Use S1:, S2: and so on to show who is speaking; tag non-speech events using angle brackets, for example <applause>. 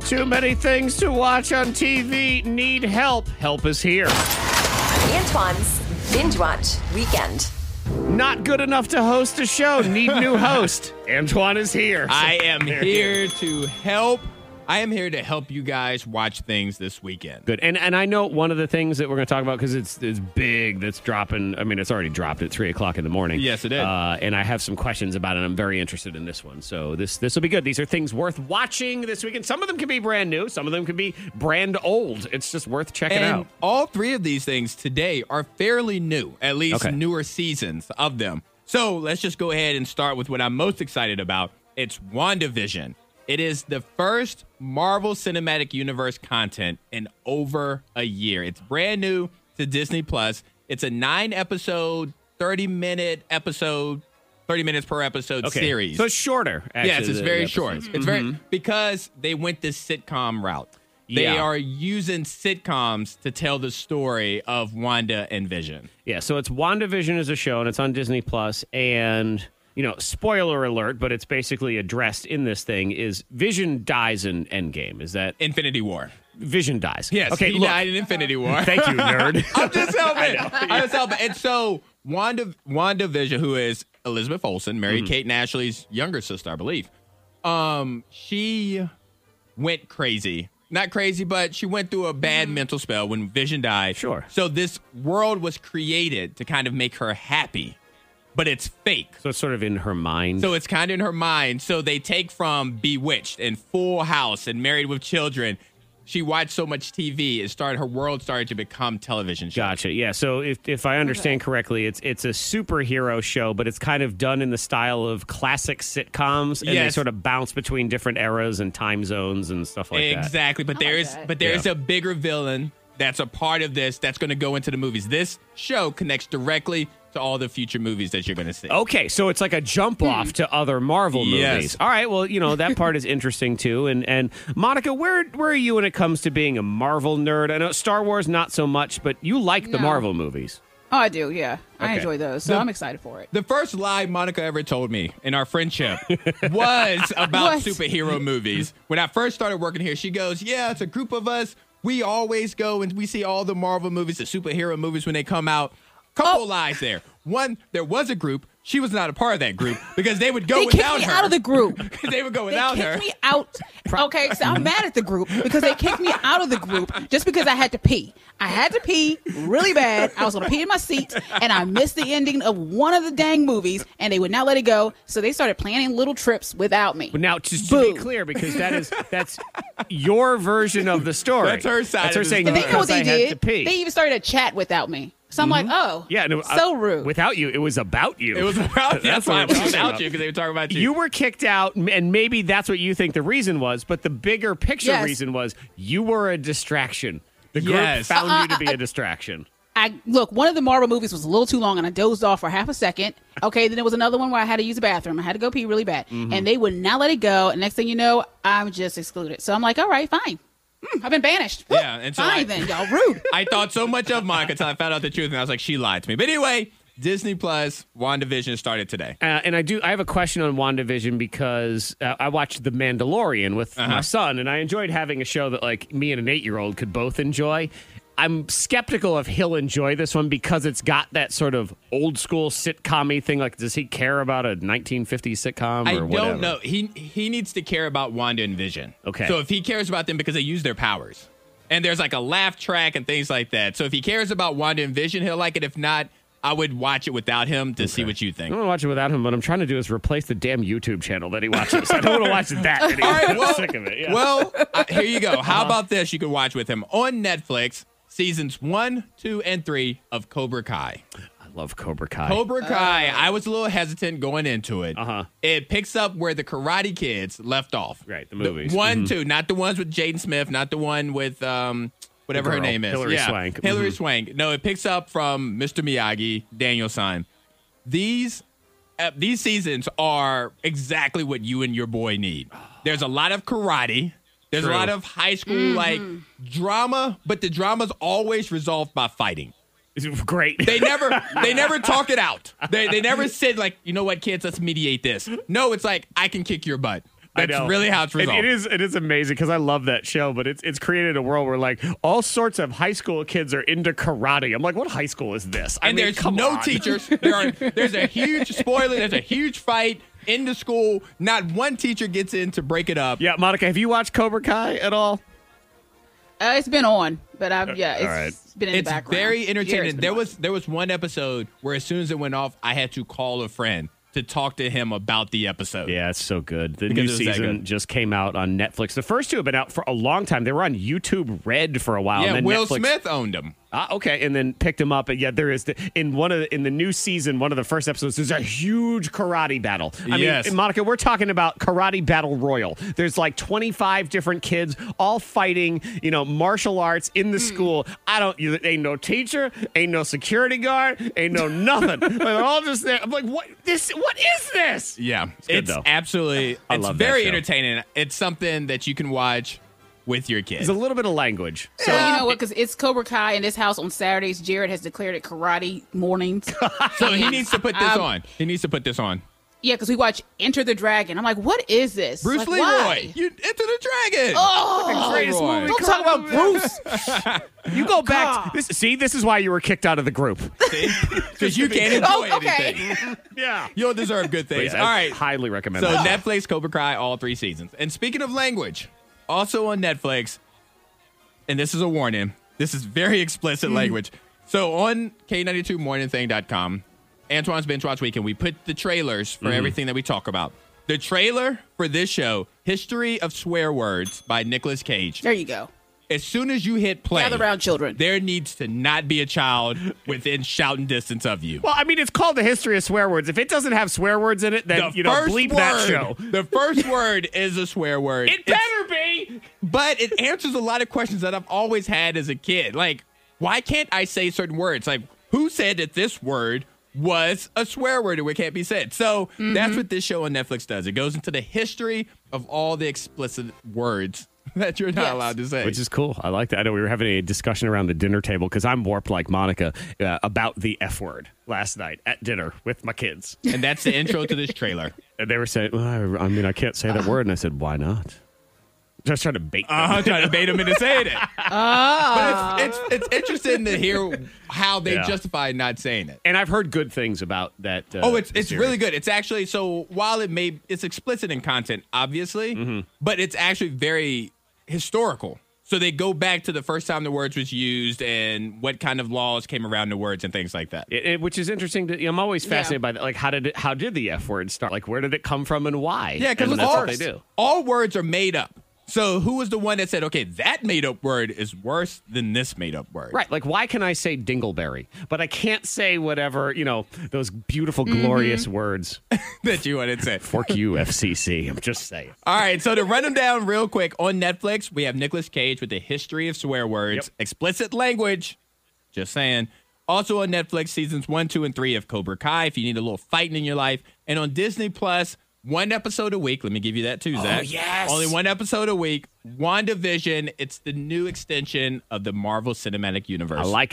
S1: Too many things to watch on TV. Need help. Help is here.
S2: Antoine's Binge Watch Weekend.
S1: Not good enough to host a show. Need
S3: <laughs>
S1: new host. Antoine is here. <laughs>
S3: I am here to help. I am here to help you guys watch things this weekend.
S1: Good. And and I know one of the things that we're going to talk about because it's it's big. That's dropping. I mean, it's already dropped at three o'clock in the morning.
S3: Yes, it did.
S1: Uh, and I have some questions about it. I'm very interested in this one. So this this will be good. These are things worth watching this weekend. Some of them can be brand new. Some of them can be brand old. It's just worth checking
S3: and
S1: out.
S3: all three of these things today are fairly new, at least
S1: Okay.
S3: newer seasons of them. So let's just go ahead and start with what I'm most excited about. It's WandaVision. It is the first Marvel Cinematic Universe content in over a year. It's brand new to Disney Plus. It's a nine episode, 30 minute episode, 30 minutes per episode
S1: Okay.
S3: series.
S1: So it's shorter.
S3: Yes,
S1: actually,
S3: it's
S1: the
S3: very
S1: episodes.
S3: short. It's very because they went this sitcom route. They
S1: Yeah.
S3: are using sitcoms to tell the story of Wanda and Vision.
S1: Yeah, so it's WandaVision is a show and it's on Disney Plus and you know, spoiler alert, but it's basically addressed in this thing is Vision dies in Endgame. Is that
S3: Infinity War.
S1: Vision dies?
S3: Yes. <laughs>
S1: Okay,
S3: he
S1: look.
S3: died in Infinity War.
S1: <laughs> Thank
S3: <laughs>
S1: you, nerd.
S3: I'm just helping. I'm just helping. And so Wanda Wanda Vision, who is Elizabeth Olsen, Mary Kate and Ashley's younger sister, I believe. Um, she went crazy. Not crazy, but she went through a bad mental spell when Vision died.
S1: Sure.
S3: So this world was created to kind of make her happy, but it's fake.
S1: so it's sort of in her mind.
S3: So it's kind of in her mind. So they take from Bewitched and Full House and Married with Children. She watched so much TV. It started her world started to become television. shows.
S1: Gotcha. Yeah. So if, if I understand correctly, it's it's a superhero show, but it's kind of done in the style of classic sitcoms, and they
S3: Yes.
S1: sort of bounce between different eras and time zones and stuff like that.
S3: exactly. But there is
S2: that.
S3: but there is
S1: Yeah.
S3: a bigger villain that's a part of this that's going to go into the movies. This show connects directly to all the future movies that you're going to see.
S1: Okay, so it's like a jump
S4: Hmm.
S1: off to other Marvel movies.
S3: Yes.
S1: All right, well, you know that part is interesting too. And and Monica, where where are you when it comes to being a Marvel nerd? I know Star Wars not so much, but you like the
S4: No.
S1: Marvel movies.
S4: Oh, I do, yeah.
S1: Okay.
S4: I enjoy those, so I'm excited for it.
S3: The first lie Monica ever told me in our friendship
S4: <laughs>
S3: was about
S4: What?
S3: superhero movies. When I first started working here, she goes, Yeah, it's a group of us. We always go and we see all the Marvel movies, the superhero movies when they come out. Couple
S4: Oh.
S3: lies there. One, there was a group. She was not a part of that group because they would go
S4: They
S3: without
S4: kicked
S3: her.
S4: me out of the
S1: <laughs>
S4: group.
S3: <laughs> they would go
S4: They
S3: without
S4: kicked
S3: her.
S4: me out. Okay, so I'm mad at the group because they kicked me out of the group just because I had to pee. I had to pee really bad. I was going to pee in my seat, and I missed the ending of one of the dang movies, and they would not let it go. So they started planning little trips without me.
S1: But now, just to be
S4: Boo.
S1: clear, because that is that's your version of the story.
S3: That's her side
S1: That's her
S3: of the
S1: saying.
S3: story.
S4: they know what
S1: "Because
S4: they
S1: I had to
S4: did.
S1: pee." Mm-hmm.
S4: They even started a chat without me. So I'm like, oh,
S1: yeah, no, I-
S4: so rude.
S1: Without you, it was about you.
S3: It was
S1: <laughs>
S3: about that's why
S1: what
S3: it
S1: we're
S3: was
S1: talking
S3: without
S1: about.
S3: you because they were talking about you.
S1: You were kicked out, m- and maybe that's what you think the reason was. But the bigger picture
S4: Yes.
S1: reason was you were a distraction. The group
S3: Yes.
S1: found you to be a distraction.
S4: I look, one of the Marvel movies was a little too long and I dozed off for half a second. Okay, then there was another one where I had to use the bathroom. I had to go pee really bad.
S3: Mm-hmm.
S4: And they would not let it go. And next thing you know, I'm just excluded. So I'm like, all right, fine. Mm, I've been banished. Woo,
S3: Yeah, and so
S4: fine
S3: I-
S4: then, y'all
S3: <laughs>
S4: rude.
S3: I thought so much of Monica until I found out the truth, and I was like, she lied to me. But anyway, Disney Plus WandaVision started today.
S1: Uh, and I do. I have a question on WandaVision because uh, I watched The Mandalorian with my son, and I enjoyed having a show that like me and an eight-year-old could both enjoy. I'm skeptical if he'll enjoy this one because it's got that sort of old school sitcom thing. Like, does he care about a 1950s sitcom? Or
S3: I
S1: whatever?
S3: don't know. He he needs to care about Wanda and Vision.
S1: Okay.
S3: So if he cares about them because they use their powers, and there's like a laugh track and things like that. So if he cares about Wanda and Vision, he'll like it. If not, I would watch it without him to see what you
S1: I
S3: think.
S1: don't want to watch it without him. What I'm trying to do is replace the damn YouTube channel that he watches. I don't want to watch that anymore.
S3: <laughs> All right, well-
S1: I'm sick of it. Yeah. Uh-huh.
S3: Well, I, here you go. How about this? You can watch with him on Netflix seasons one, two, and three of Cobra Kai.
S1: I love Cobra Kai.
S3: Cobra Kai. I was a little hesitant going into it.
S1: Uh-huh.
S3: It picks up where the Karate Kids left off.
S1: Right, the movies. Mm-hmm.
S3: one, two, not the ones with Jaden Smith, not the one with um whatever her
S1: girl,
S3: name is,
S1: Hilary
S3: yeah,
S1: Swank.
S3: Hillary
S1: Mhm.
S3: Swank. No, it picks up from Mr. Miyagi, Daniel San. These uh, these seasons are exactly what you and your boy need. There's a lot of karate. There's
S1: True.
S3: a lot of high school like drama, but the drama's always resolved by fighting.
S1: It's great.
S3: They never they never talk it out. They they never said like, you know what, kids, let's mediate this. No, it's like I can kick your butt.
S1: <laughs> I
S3: That's
S1: know.
S3: really how it's
S1: It-
S3: resolved.
S1: it is. It is amazing because I love that show, but it's it's created a world where like all sorts of high school kids are into karate. I'm like, what high school is this? I
S3: and
S1: mean,
S3: there's
S1: come
S3: no
S1: on.
S3: teachers. There are there's a huge spoiler. There's a huge fight in the school. Not one teacher gets in to break it up.
S1: Yeah, Monica, have you watched Cobra Kai at all?
S4: Uh, it's been on, but I've yeah, it's
S1: all right.
S4: been in
S3: It's
S4: the background.
S3: very
S4: Yeah, it's
S3: entertaining.
S4: been
S3: There
S4: on.
S3: was there was one episode where as soon as it went off, I had to call a friend to talk to him about the episode.
S1: Yeah, it's so good. The
S3: Because it
S1: new
S3: was that
S1: season
S3: good.
S1: just came out on Netflix. The first two have been out for a long time. They were on YouTube Red for a while.
S3: Yeah,
S1: and then
S3: Will
S1: Netflix-
S3: Smith owned him.
S1: Ah, okay, and then picked him up. And yeah, there is the, in one of the, in the new season, one of the first episodes. There's a huge karate battle. I
S3: Yes.
S1: mean, Monica, we're talking about karate battle royal. There's like 25 different kids all fighting. You know, martial arts in the
S4: Hmm.
S1: school. I don't. You, ain't no teacher. Ain't no security guard. Ain't no
S4: <laughs>
S1: nothing. Like, they're all just there. I'm like, what? This? What is this?
S3: Yeah, it's,
S1: good, though.
S3: absolutely.
S1: I
S3: it's
S1: love that
S3: very
S1: show.
S3: entertaining. It's something that you can watch with your kids.
S1: There's a little bit of language.
S4: So you
S3: <laughs>
S4: know what? Because it's Cobra Kai in this house on Saturdays. Jared has declared it karate
S3: <laughs>
S4: mornings.
S3: So he needs to put this
S4: Um,
S3: on. He needs to put this on.
S4: yeah, because we watch Enter the Dragon. I'm like, what is this?
S3: Bruce
S4: Like,
S3: Leroy,
S4: why?
S3: you into the dragon.
S4: Oh,
S1: Greatest
S3: Leroy.
S1: movie
S4: don't talk about Bruce.
S1: You go back.
S4: God.
S1: This, see, this is why you were kicked out of the group.
S4: <laughs>
S3: because you can't enjoy
S4: Oh, okay.
S3: anything.
S1: yeah.
S3: You don't deserve good
S1: But
S3: things.
S1: yeah, I
S3: All right.
S1: Highly recommend.
S3: So
S1: that.
S3: Netflix, Cobra Kai, all three seasons. And speaking of language, also on Netflix, and this is a warning. This is very <laughs> explicit
S1: Mm.
S3: language. So on K92morningthing.com, Antoine's Bench Watch Weekend, we put the trailers for
S1: Mm.
S3: everything that we talk about. The trailer for this show, History of Swear Words by Nicolas Cage.
S4: There you go.
S3: As soon as you hit play,
S4: Gather round, children.
S3: There needs to not be a child within shouting distance of you.
S1: Well, I mean, it's called the history of swear words. If it doesn't have swear words in it, then you know, bleep
S3: word,
S1: that show.
S3: The first word is a swear word.
S1: It
S3: It's-
S1: better be.
S3: but it answers a lot of questions that I've always had as a kid. Like, why can't I say certain words? Like, who said that this word was a swear word and it can't be said? So that's what this show on Netflix does. It goes into the history of all the explicit words <laughs> that you're not
S4: Yes.
S3: allowed to say.
S1: Which is cool. I like that. I know we were having a discussion around the dinner table because I'm warped like Monica uh, about the F word last night at dinner with my kids.
S3: and that's the intro to this trailer. <laughs>
S1: And they were saying, well, I, I mean, I can't say that word. And I said, why not? Just trying to bait them.
S3: I'm Uh-huh. trying to bait them into saying it. But <laughs> it's, it's, it's interesting to hear how they
S1: Yeah.
S3: justify not saying it.
S1: <laughs> And I've heard good things about that. Uh,
S3: Oh, it's it's
S1: series.
S3: really good. It's actually so while it may it's explicit in content, obviously,
S1: Mm-hmm.
S3: but it's actually very historical. So they go back to the first time the words was used and what kind of laws came around the words and things like that.
S1: It, it- which is interesting. To, I'm always fascinated by that. Like, how did it, how did the F word start? Like, where did it come from and why?
S3: Yeah, because
S1: And that's
S3: all,
S1: what they do.
S3: all words are made up. So who was the one that said, okay, that made up word is worse than this made up word?
S1: Right. Like, why can I say dingleberry, but I can't say whatever, you know, those beautiful, glorious words?
S3: <laughs> that you wanted to say.
S1: Fork you, FCC. I'm just saying.
S3: All right, so to run them down real quick on Netflix, we have Nicolas Cage with the history of swear words,
S1: Yep.
S3: explicit language. Just saying. Also on Netflix, seasons one, two, and three of Cobra Kai. If you need a little fighting in your life, and on Disney Plus, one episode a week. Let me give you that too, Zach.
S1: Oh, yes.
S3: Only one episode a week. WandaVision. It's the new extension of the Marvel Cinematic Universe.
S1: I like it.